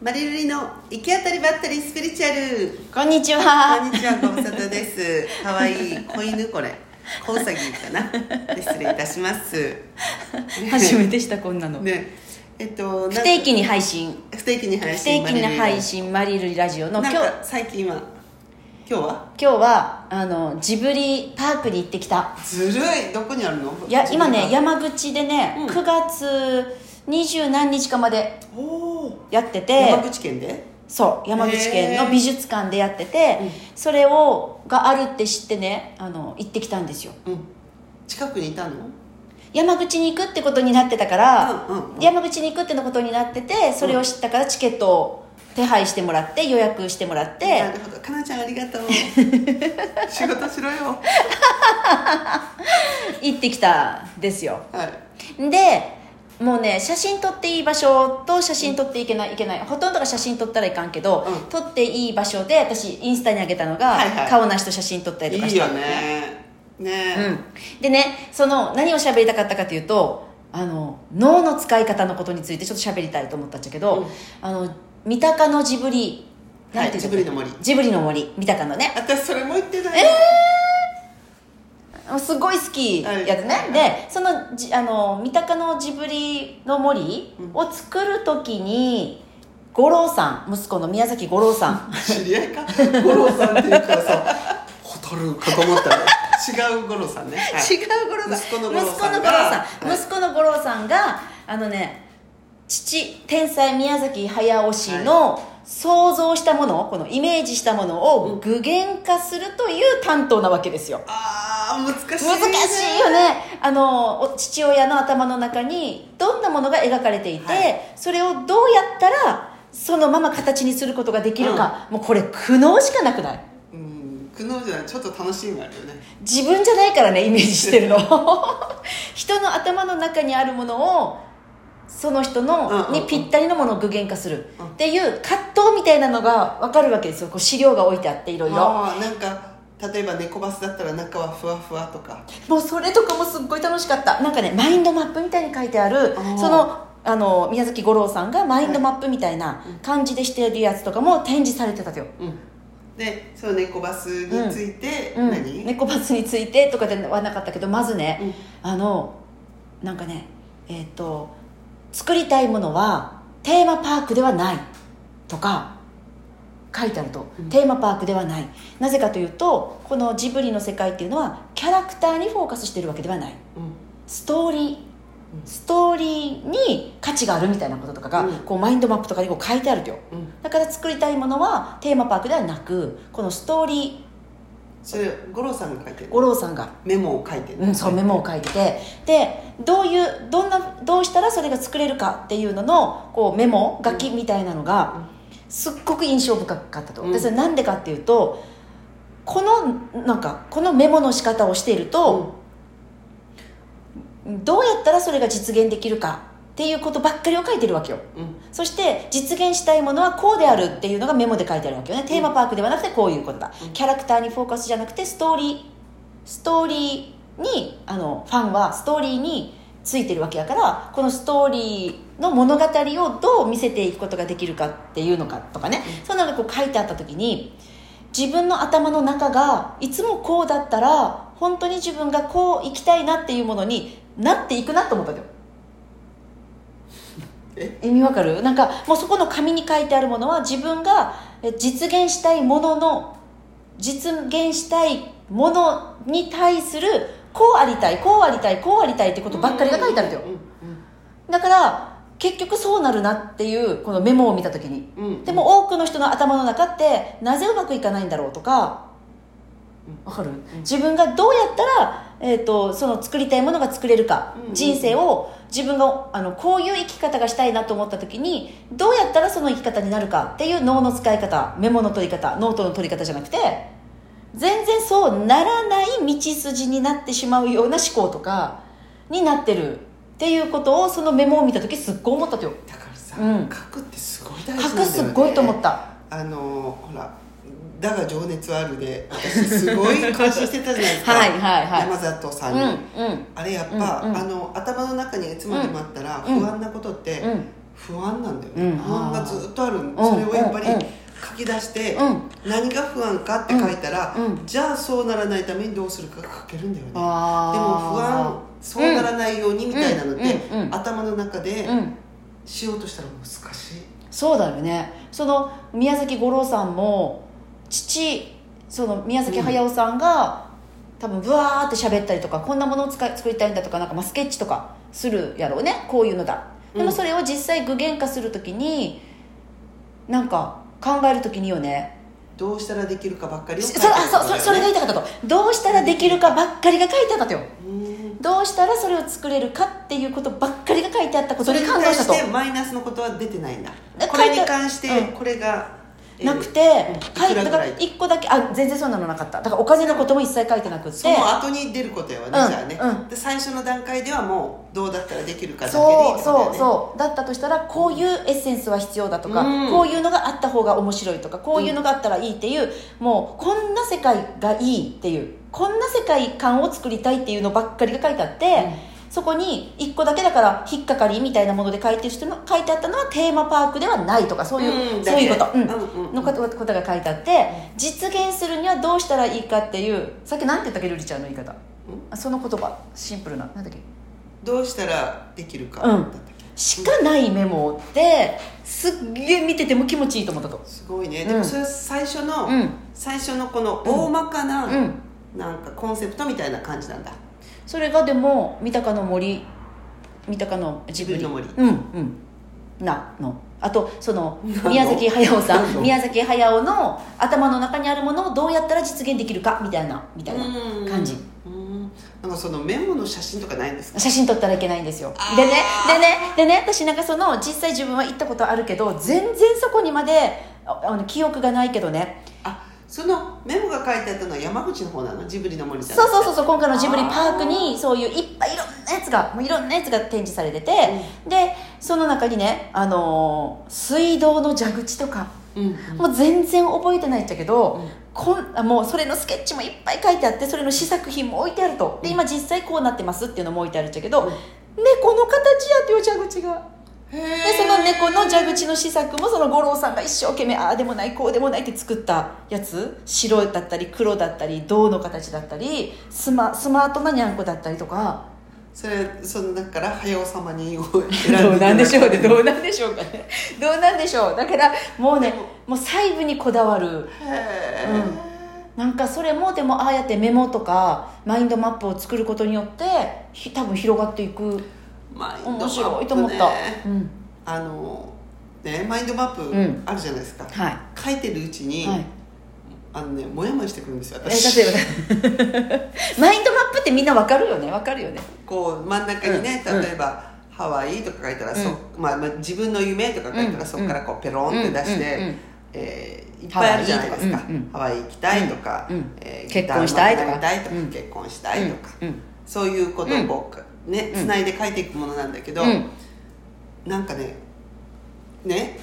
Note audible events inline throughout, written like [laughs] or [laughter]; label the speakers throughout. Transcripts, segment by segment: Speaker 1: マリルリの行き当たりばったりスピリチュアル
Speaker 2: こんにち
Speaker 1: こん [laughs]
Speaker 2: は。
Speaker 1: にちはご無沙汰ですかわいい子犬これ子ウサギかな失礼いたします
Speaker 2: 初めてしたこんなの。
Speaker 1: ねえっとなんか
Speaker 2: 不定期に配信。
Speaker 1: 不定期に
Speaker 2: 不
Speaker 1: 配
Speaker 2: 定
Speaker 1: 信
Speaker 2: 期に配
Speaker 1: 信
Speaker 2: 信マリルリラジオの
Speaker 1: なん
Speaker 2: 今日今
Speaker 1: か最近は今日は
Speaker 2: 日はあのジブリパークに行ってきた。
Speaker 1: ずるいどこにあるの
Speaker 2: いや今ね山口でね、
Speaker 1: うん
Speaker 2: 9月二十何日かまで
Speaker 1: おお
Speaker 2: やって
Speaker 1: ー
Speaker 2: て
Speaker 1: 山口県で
Speaker 2: そう山口県の美術館でやってて、
Speaker 1: うん
Speaker 2: それをがあるって知ってねあの行ってきたんですよ
Speaker 1: うん近くにいたの
Speaker 2: 山口に行くってことになってたから、
Speaker 1: うんうんうん
Speaker 2: 山口に行くってのことになっててそれを知ったからチケットを手配してもらって予約してもらって、
Speaker 1: なるほどかなちゃんありが
Speaker 2: [laughs]
Speaker 1: とう仕事しろよ
Speaker 2: 行ってきたんですよ
Speaker 1: はい
Speaker 2: でもうね写真撮っていい場所と写真撮っていけないいけないほとんどが写真撮ったらいかんけど、
Speaker 1: うん
Speaker 2: 撮っていい場所で私インスタに上げたのが、
Speaker 1: はいはい
Speaker 2: 顔なしと写真撮ったりとか
Speaker 1: いい
Speaker 2: した
Speaker 1: よ
Speaker 2: の
Speaker 1: ねね
Speaker 2: うん、でねその何を喋りたかったかというとあの脳の使い方のことについてちょっと喋りたいと思ったんだけど、
Speaker 1: うん
Speaker 2: あの三鷹のジブリ
Speaker 1: はい
Speaker 2: なんてう
Speaker 1: ジブリの森
Speaker 2: ジブリの森三鷹のね
Speaker 1: 私それも言ってない
Speaker 2: すごい好きやつね、
Speaker 1: はい
Speaker 2: でそのじあの三鷹のジブリの森を作る時に五郎さん息子の宮崎五郎さん
Speaker 1: 知り合いか五郎さんっていうからさ蛍かと思ったら違う五郎さんね、はい
Speaker 2: 違う五郎さん
Speaker 1: 息子の五郎さん
Speaker 2: 息子の五郎
Speaker 1: が
Speaker 2: さん息子の五郎さんがあのね父天才宮崎駿氏の想像したもの、このイメージしたものを具現化するという担当なわけですよ
Speaker 1: あー難しいね
Speaker 2: 難しいよねあのお父親の頭の中にどんなものが描かれていて、
Speaker 1: はい
Speaker 2: それをどうやったらそのまま形にすることができるか、もうこれ苦悩しかなくない
Speaker 1: うん苦悩じゃないちょっと楽しみがあるよね
Speaker 2: 自分じゃないからねイメージしてるの [laughs] 人の頭の中にあるものをその人
Speaker 1: うんうん
Speaker 2: の
Speaker 1: うん
Speaker 2: にぴったりのものを具現化する
Speaker 1: うん
Speaker 2: っていう葛藤みたいなのが分かるわけですよこう資料が置いてあっていろいろ
Speaker 1: あーなんか例えば猫バスだったら中はふわふわとか
Speaker 2: もうそれとかもすっごい楽しかったなんかねマインドマップみたいに書いてある
Speaker 1: あー
Speaker 2: そのあの宮崎吾郎さんがマインドマップみたいな感じでしてるやつとかも展示されてたよ
Speaker 1: うんでその猫バスについて、
Speaker 2: うん
Speaker 1: 何、
Speaker 2: 猫バスについてとかではなかったけどまずね、
Speaker 1: うん
Speaker 2: あのなんかねえっ、と作りたいものはテーマパークではないとか書いてあると、
Speaker 1: うん
Speaker 2: テーマパークではないなぜかというとこのジブリの世界っていうのはキャラクターにフォーカスしてるわけではない
Speaker 1: うん
Speaker 2: ストーリーストーリーに価値があるみたいなこととかが、
Speaker 1: うん
Speaker 2: こうマインドマップとかにこう書いてあるとよ
Speaker 1: うん、
Speaker 2: だから作りたいものはテーマパークではなくこのストーリー
Speaker 1: それ五郎さんが書いてる
Speaker 2: 五郎さんが、
Speaker 1: メモを書いてる、
Speaker 2: うん、そうメモを書いててでどういうどんなどうしたらそれが作れるかっていうののこうメモ書きみたいなの
Speaker 1: うん
Speaker 2: がすっごく印象深かったと、
Speaker 1: うん
Speaker 2: でそれなんでかっていうとこのなんかこのメモの仕方をしていると、どうやったらそれが実現できるかっていうことばっかりを書いてるわけよ
Speaker 1: うん、うん
Speaker 2: そして実現したいものはこうであるっていうのがメモで書いてあるわけよねテーマパークではなくてこういうことだ、
Speaker 1: うん
Speaker 2: キャラクターにフォーカスじゃなくてストーリーストーリーにあのファンはストーリーについてるわけやからこのストーリーの物語をどう見せていくことができるかっていうのかとかね、そんなのがこう書いてあった時に自分の頭の中がいつもこうだったら本当に自分がこう生きたいなっていうものになっていくなと思ったんだよ
Speaker 1: え
Speaker 2: 意味わかるなんかもうそこの紙に書いてあるものは自分がえ実現したいものの実現したいものに対するこうありたいこうありたいこうありたいってことばっかりが書いてあるんだよ
Speaker 1: うん
Speaker 2: だから結局そうなるなっていうこのメモを見た時に
Speaker 1: うんうん
Speaker 2: でも多くの人の頭の中ってなぜうまくいかないんだろうとかわかる、自分がどうやったら、えー、とその作りたいものが作れるか、
Speaker 1: うんうん
Speaker 2: 人生を自分があのこういう生き方がしたいなと思った時にどうやったらその生き方になるかっていう脳の使い方メモの取り方ノートの取り方じゃなくて全然そうならない道筋になってしまうような思考とかになってるっていうことをそのメモを見た時すっごい思ったとよ
Speaker 1: だからさ、
Speaker 2: うん
Speaker 1: 書くってすごい大事なんだ
Speaker 2: 書く
Speaker 1: よ、ね、
Speaker 2: すっごいと思った
Speaker 1: あのーほら「だが情熱はあるで」私すごい感心してたじゃないですか
Speaker 2: [laughs] はいはいはい
Speaker 1: 山里さ
Speaker 2: うんん
Speaker 1: に、
Speaker 2: うん
Speaker 1: あれやっぱ、
Speaker 2: うんうん
Speaker 1: あの頭の中にいつまでもあったら
Speaker 2: うん
Speaker 1: 不安なことって
Speaker 2: うん
Speaker 1: 不安なんだよ、
Speaker 2: うん
Speaker 1: 不安がずっとある、
Speaker 2: ん
Speaker 1: それをやっぱり
Speaker 2: うん
Speaker 1: 書き出して、
Speaker 2: うん
Speaker 1: 何が不安かって書いたら、
Speaker 2: うん
Speaker 1: じゃあそうならないためにどうするかが書けるんだよねでも不安
Speaker 2: あ
Speaker 1: そうならないようにみたいなのって、
Speaker 2: うんうんうん
Speaker 1: 頭の中で
Speaker 2: うん
Speaker 1: しようとしたら難しい、
Speaker 2: そうだよねその宮崎五郎さんも父その宮崎駿さんが、多分ブワーって喋ったりとかこんなものを使い作りたいんだとかなんか、まあ、スケッチとかするやろうねこういうのだで
Speaker 1: う
Speaker 2: も
Speaker 1: ん
Speaker 2: それを実際具現化するときになんか考えるときによね
Speaker 1: どうしたらできるかばっかりを書い
Speaker 2: そ
Speaker 1: てる
Speaker 2: あそうそそれが言いたかったとどうしたらできるかばっかりが書いてあったとよ
Speaker 1: うん
Speaker 2: どうしたらそれを作れるかっていうことばっかりが書いてあったこ
Speaker 1: そ
Speaker 2: と
Speaker 1: れ
Speaker 2: に
Speaker 1: に
Speaker 2: 感動
Speaker 1: 対
Speaker 2: した
Speaker 1: し
Speaker 2: と
Speaker 1: てマイナスのことは出てないんだ
Speaker 2: で
Speaker 1: これに
Speaker 2: 書いて
Speaker 1: 関して
Speaker 2: うん
Speaker 1: これが、えー
Speaker 2: なくて
Speaker 1: うん
Speaker 2: 書い
Speaker 1: いくらぐ
Speaker 2: だから
Speaker 1: い
Speaker 2: ら1個だけあ全然そんなのなかっただからお金のことも一切書いてなくって
Speaker 1: その後に出ることやわね、
Speaker 2: うん
Speaker 1: じゃあね、
Speaker 2: うん
Speaker 1: で最初の段階ではもうどうだったらできるかだけでいいって
Speaker 2: そう
Speaker 1: ことだよ
Speaker 2: そ
Speaker 1: ね
Speaker 2: うそうだったとしたらこういうエッセンスは必要だとか、
Speaker 1: うん
Speaker 2: こういうのがあった方が面白いとかこういうのがあったらいいっていう、もうこんな世界がいいっていうこんな世界観を作りたいっていうのばっかりが書いてあって、そこに1個だけだから引っかかりみたいなもので書いてる人の書いてあったのはテーマパークではないとかそういう、
Speaker 1: うん
Speaker 2: そういうこ
Speaker 1: だ
Speaker 2: と、
Speaker 1: け
Speaker 2: うん
Speaker 1: うんうん
Speaker 2: のことことが書いてあって実現するにはどうしたらいいかっていうさっきなんて言ったっけルリちゃんの言い方あその言葉シンプルななんだっけ
Speaker 1: どうしたらできるか、
Speaker 2: うん
Speaker 1: だったっけ
Speaker 2: しかないメモってすっげえ見てても気持ちいいと思ったと
Speaker 1: すごいね、
Speaker 2: うん
Speaker 1: でもそれは最初の、
Speaker 2: うん
Speaker 1: 最初のこの大まかな、
Speaker 2: うん
Speaker 1: なんかコンセプトみたいな感じなんだ
Speaker 2: それがでも三鷹の森三鷹のジブリ
Speaker 1: 自分の
Speaker 2: うんうんなのあとその
Speaker 1: なの
Speaker 2: 宮崎駿さ
Speaker 1: なん
Speaker 2: ん
Speaker 1: の
Speaker 2: 宮崎駿の頭の中にあるものをどうやったら実現できるかみたいなみたいな
Speaker 1: うん
Speaker 2: 感じ、
Speaker 1: うんなんかそのメモの写真とかないんですか
Speaker 2: 写真撮ったらいけないんですよ
Speaker 1: あー
Speaker 2: でねでねでね私なんかその実際自分は行ったことあるけど全然そこにまでああの記憶がないけどね
Speaker 1: あそのメモが書いてあったのは山口の方なのジブリの森じゃな
Speaker 2: そ
Speaker 1: く
Speaker 2: う
Speaker 1: て
Speaker 2: そうそうそう今回のジブリパークにそういういっぱいいろんなやつがもういろんなやつが展示されてて、でその中にね、あのー水道の蛇口とか、
Speaker 1: うんうん
Speaker 2: もう全然覚えてないんだけど、
Speaker 1: うん
Speaker 2: こんあもうそれのスケッチもいっぱい書いてあってそれの試作品も置いてあるとで今実際こうなってますっていうのも置いてあるんだけど、
Speaker 1: うん
Speaker 2: 猫の形やってよ蛇口が。
Speaker 1: へ
Speaker 2: で
Speaker 1: え
Speaker 2: その猫の蛇口の試作もその五郎さんが一生懸命ああでもないこうでもないって作ったやつ白だったり黒だったり銅の形だったりスマスマートなにゃんこだったりとか
Speaker 1: それその中から早尾様に
Speaker 2: [laughs] どうなんでしょうね
Speaker 1: ね
Speaker 2: どうなんでしょうかねどうなんでしょうだからもうねもう細部にこだわる
Speaker 1: へ
Speaker 2: なんかそれもでもああやってメモとかマインドマップを作ることによってひ多分広がっていく
Speaker 1: ーマインドマップね
Speaker 2: 面白いと思った、うん
Speaker 1: あのねマインドマッ
Speaker 2: ん
Speaker 1: プあるじゃないですか、
Speaker 2: は
Speaker 1: 書いてるうち
Speaker 2: い
Speaker 1: に、
Speaker 2: はい
Speaker 1: あのねモヤモヤしてくるんですよ
Speaker 2: えー
Speaker 1: 私
Speaker 2: 例
Speaker 1: [laughs]
Speaker 2: えばマインドマップってみんなわかるよねわかるよね
Speaker 1: こう真ん中にね、
Speaker 2: うん
Speaker 1: 例えば、ハワイとか書いたら、
Speaker 2: うん
Speaker 1: そまあまあ、自分の夢とか書いたら、
Speaker 2: うん
Speaker 1: そこからこうペロンって出して、
Speaker 2: うんうんうん
Speaker 1: えーいっぱいあるじゃないですか
Speaker 2: ハ
Speaker 1: ハ
Speaker 2: ワイとかうんうん
Speaker 1: ワイ行きたいとか、
Speaker 2: うんうん
Speaker 1: えー
Speaker 2: 結婚したいと
Speaker 1: ギ
Speaker 2: か
Speaker 1: ター上手くなりたいとか
Speaker 2: うん
Speaker 1: 結婚したいとか、
Speaker 2: うん
Speaker 1: そういうことをこう、ね
Speaker 2: うん
Speaker 1: つないで書いていくものなんだけど、
Speaker 2: うん
Speaker 1: なんかねね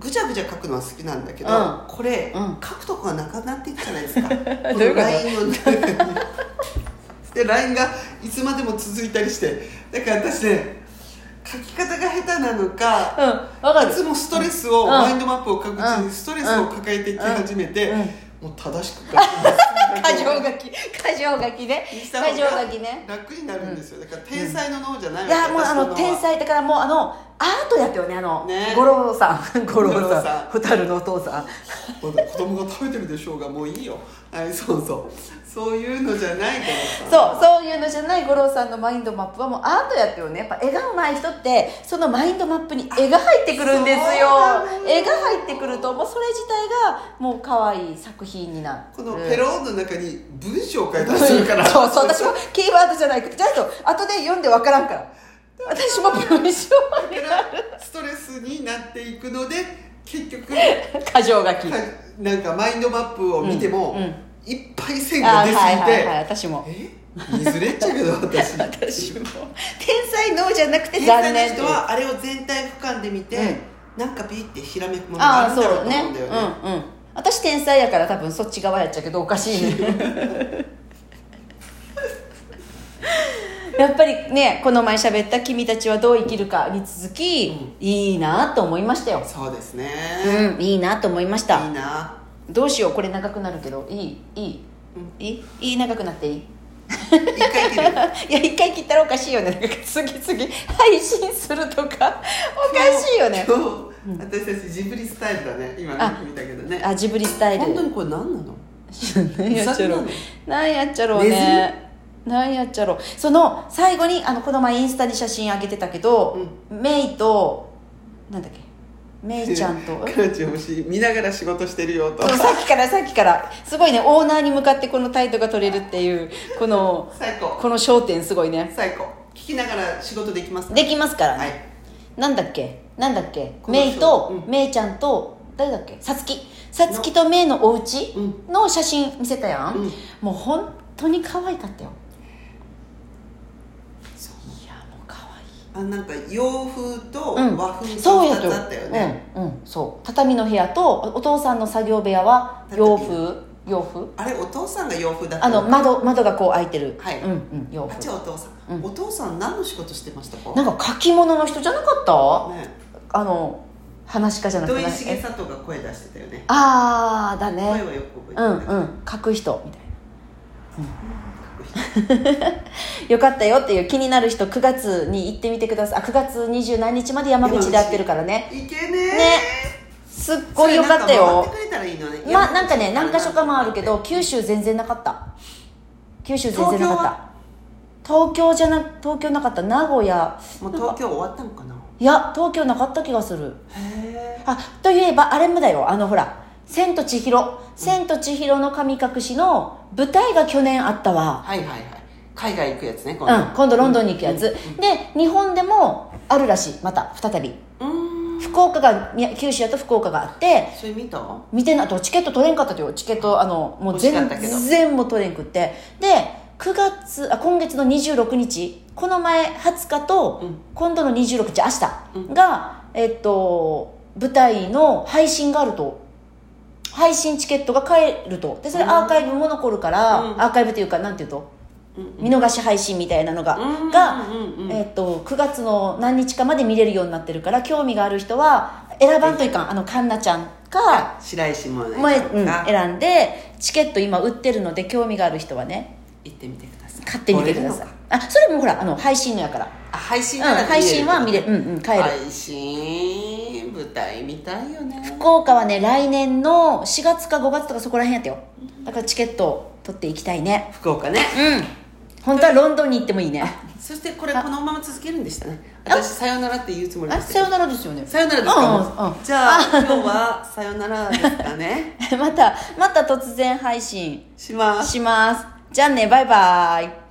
Speaker 1: ぐちゃぐちゃ書くのは好きなんだけど、
Speaker 2: うん
Speaker 1: これ、
Speaker 2: うん
Speaker 1: 書くとこがなくなっていくじゃないです
Speaker 2: [laughs]
Speaker 1: かこ
Speaker 2: どうい
Speaker 1: の
Speaker 2: うこと
Speaker 1: ラインの中にで LINE がいつまでも続いたりしてだから私ね書き方が下手なのか
Speaker 2: うんわかる
Speaker 1: いつもストレスを、
Speaker 2: うん
Speaker 1: マインドマップを書くうち
Speaker 2: う
Speaker 1: に
Speaker 2: ん
Speaker 1: ストレスを抱えていき始めて、
Speaker 2: うんうん
Speaker 1: もう正しく書きます
Speaker 2: [laughs] 過剰書き過剰書きね
Speaker 1: した
Speaker 2: 過
Speaker 1: 方が
Speaker 2: 剰書きね
Speaker 1: 楽になるんですよだから天才の脳じゃない
Speaker 2: いやもう
Speaker 1: 私
Speaker 2: あ
Speaker 1: 脳
Speaker 2: の
Speaker 1: は
Speaker 2: 天才だからもうあのアートやったよねあの
Speaker 1: ね
Speaker 2: 五郎さん五郎
Speaker 1: [laughs] 五郎さん
Speaker 2: さん蛍のお父さん
Speaker 1: まだ子供が食べてるでしょうがもういいよはいそうそうそういうのじゃないから
Speaker 2: そう
Speaker 1: う
Speaker 2: そういうのじゃない五郎さんのマインドマップはもうアートやったよねやっぱ絵が上手い人ってそのマインドマップに絵が入ってくるんですよ
Speaker 1: そうなの
Speaker 2: 絵が入ってくるともうそれ自体がもう可愛い作品になる
Speaker 1: このペローンの中に文章を書いたりするから、
Speaker 2: そうそう私もキーワードじゃないじゃないと後で読んでわからんから私も文章
Speaker 1: だからストレスになっていくので結局か
Speaker 2: 過剰書き
Speaker 1: なんかマインドマップを見ても、
Speaker 2: うんうん
Speaker 1: いっぱい線
Speaker 2: あ
Speaker 1: が
Speaker 2: は
Speaker 1: 出
Speaker 2: い
Speaker 1: すぎて、
Speaker 2: はいはい私も
Speaker 1: えいずれっちゃうけど私
Speaker 2: [laughs] 私も天才のじゃなくて
Speaker 1: 天
Speaker 2: 残
Speaker 1: 才の
Speaker 2: 念
Speaker 1: 人はあれを全体俯瞰で見て、
Speaker 2: うん
Speaker 1: なんかピーってひらめくものがあ
Speaker 2: あ
Speaker 1: る
Speaker 2: あ
Speaker 1: んだろ
Speaker 2: そうう
Speaker 1: と
Speaker 2: ね
Speaker 1: 思うんだよね
Speaker 2: うんうん私天才やから多分そっ
Speaker 1: [laughs]
Speaker 2: ち側やっちゃうけどおかしいねえやっぱりねこの前喋った「君たちはどう生きるか」に続き、
Speaker 1: うん
Speaker 2: いいなと思いましたよ、
Speaker 1: そうです
Speaker 2: う
Speaker 1: ね、
Speaker 2: ん、いいなと思いました
Speaker 1: いいな
Speaker 2: どうしようこれ長くなるけどいいいい、いいいい長くなっていい
Speaker 1: 一回切る
Speaker 2: [laughs] いや一回切ったらおかしいよねなんか次々配信するとかおかしいよね
Speaker 1: 今日私たちジブリスタイルだね今
Speaker 2: あ
Speaker 1: 見たけどね
Speaker 2: あジブリスタイル
Speaker 1: 本当にこれ何なの
Speaker 2: 何やっちゃろう
Speaker 1: うさ
Speaker 2: 何やっちゃろうね何やっちゃろうその最後にあのこの前インスタに写真あげてたけど、メイとなんだっけメイちゃん
Speaker 1: [laughs]
Speaker 2: と
Speaker 1: 彼女欲しい見ながら仕事してるよと
Speaker 2: そうさっきからさっきからすごいねオーナーに向かってこの態度が取れるっていうこの
Speaker 1: 最高
Speaker 2: この焦点すごいね
Speaker 1: 最高聞きながら仕事できますか
Speaker 2: できますからね、
Speaker 1: はい
Speaker 2: なんだっけなんだっけ
Speaker 1: この人
Speaker 2: メイと、
Speaker 1: うん
Speaker 2: メイちゃんと誰だっけさつきさつきとメイのお家
Speaker 1: うん
Speaker 2: の写真見せたやん、
Speaker 1: うん
Speaker 2: もう本当に可愛かったよ
Speaker 1: そう
Speaker 2: いやもう可愛
Speaker 1: あなんか洋風と
Speaker 2: いうん
Speaker 1: 和風
Speaker 2: そう
Speaker 1: と2
Speaker 2: や
Speaker 1: つあったよね、
Speaker 2: うん、うん、そう畳の部屋とお父さんの作業部屋は洋風洋風
Speaker 1: あれお父さんが洋風だった
Speaker 2: あの窓窓がこう開いてる、
Speaker 1: はい
Speaker 2: うんうん洋
Speaker 1: あっちは
Speaker 2: 風
Speaker 1: お父さん、
Speaker 2: うん
Speaker 1: お父さん何の仕事してましたか
Speaker 2: なんか書き物の人じゃなかっ
Speaker 1: ね
Speaker 2: たあの話し家じゃなく
Speaker 1: 土
Speaker 2: て
Speaker 1: 井
Speaker 2: な
Speaker 1: 重
Speaker 2: え
Speaker 1: 里が声出してたよね
Speaker 2: ああだね
Speaker 1: 声はよく覚えて
Speaker 2: うん
Speaker 1: る
Speaker 2: うん書く人みたい
Speaker 1: か
Speaker 2: なよかったよっていう気になる人9月に行ってみてくださいあ9月二十何日まで山口でやってるからね
Speaker 1: っこいいいけねー
Speaker 2: ねすっごいよかった
Speaker 1: そ
Speaker 2: よ
Speaker 1: れなんか回ってくれたらいいのね
Speaker 2: まあなんかね
Speaker 1: 山
Speaker 2: 何
Speaker 1: 口
Speaker 2: か所か回るけど九州全然なかった九州全然なかった東京じゃな東京なかった名古屋
Speaker 1: もう東京終わったのかない
Speaker 2: や東京なかった気がする
Speaker 1: へえ
Speaker 2: あといえばあれもだよあのほら「千と千尋」「千と千尋の神隠し」の舞台が去年あったわ
Speaker 1: はいはいはい海外行くやつね今
Speaker 2: うん今度ロンドンに行くやつ、で日本でもあるらしいまた再び
Speaker 1: うん
Speaker 2: 福岡がみや九州やと福岡があって
Speaker 1: それ見た
Speaker 2: 見てなとチケット取れんかったとよチケットあのもう全
Speaker 1: 欲しかったけど
Speaker 2: 然もう取れんくってで9月あ今月の26日この前20日と、
Speaker 1: うん
Speaker 2: 今度の26日
Speaker 1: う
Speaker 2: 明日が、えっと舞台の配信があると配信チケットが買えるとでそれ
Speaker 1: うん
Speaker 2: アーカイブも残るから、
Speaker 1: うん
Speaker 2: アーカイブというかなんていうと
Speaker 1: うん
Speaker 2: 見逃し配信みたいなのが、
Speaker 1: うん
Speaker 2: が、
Speaker 1: うんうんうん
Speaker 2: えっと9月の何日かまで見れるようになってるから興味がある人は選ばんといかんあのカンナちゃんか
Speaker 1: 白石萌音
Speaker 2: もえうん、
Speaker 1: が
Speaker 2: 選んでチケット今売ってるので興味がある人はね
Speaker 1: 行ってみてください
Speaker 2: 買ってみてください
Speaker 1: 撮れるのか
Speaker 2: あそれもほらあの配信のやから、
Speaker 1: あ配信
Speaker 2: うん、
Speaker 1: なら
Speaker 2: 配信は見れ
Speaker 1: る
Speaker 2: うんうん買える、
Speaker 1: 配信舞台見たいよね
Speaker 2: 福岡はね来年の4月か5月とかそこら辺やったよだからチケットを取っていきたいね
Speaker 1: 福岡ね
Speaker 2: うん本当はロンドンに行ってもいいね
Speaker 1: そしてこれ
Speaker 2: あ
Speaker 1: このまま続けるんでしたね私さよならって言うつもりで
Speaker 2: あ
Speaker 1: した
Speaker 2: さよならです [laughs] よね
Speaker 1: さよならですか
Speaker 2: うんうん
Speaker 1: もうじゃあ今日はさよならですかね
Speaker 2: またまた突然配信
Speaker 1: します
Speaker 2: しますじゃあねバイバイ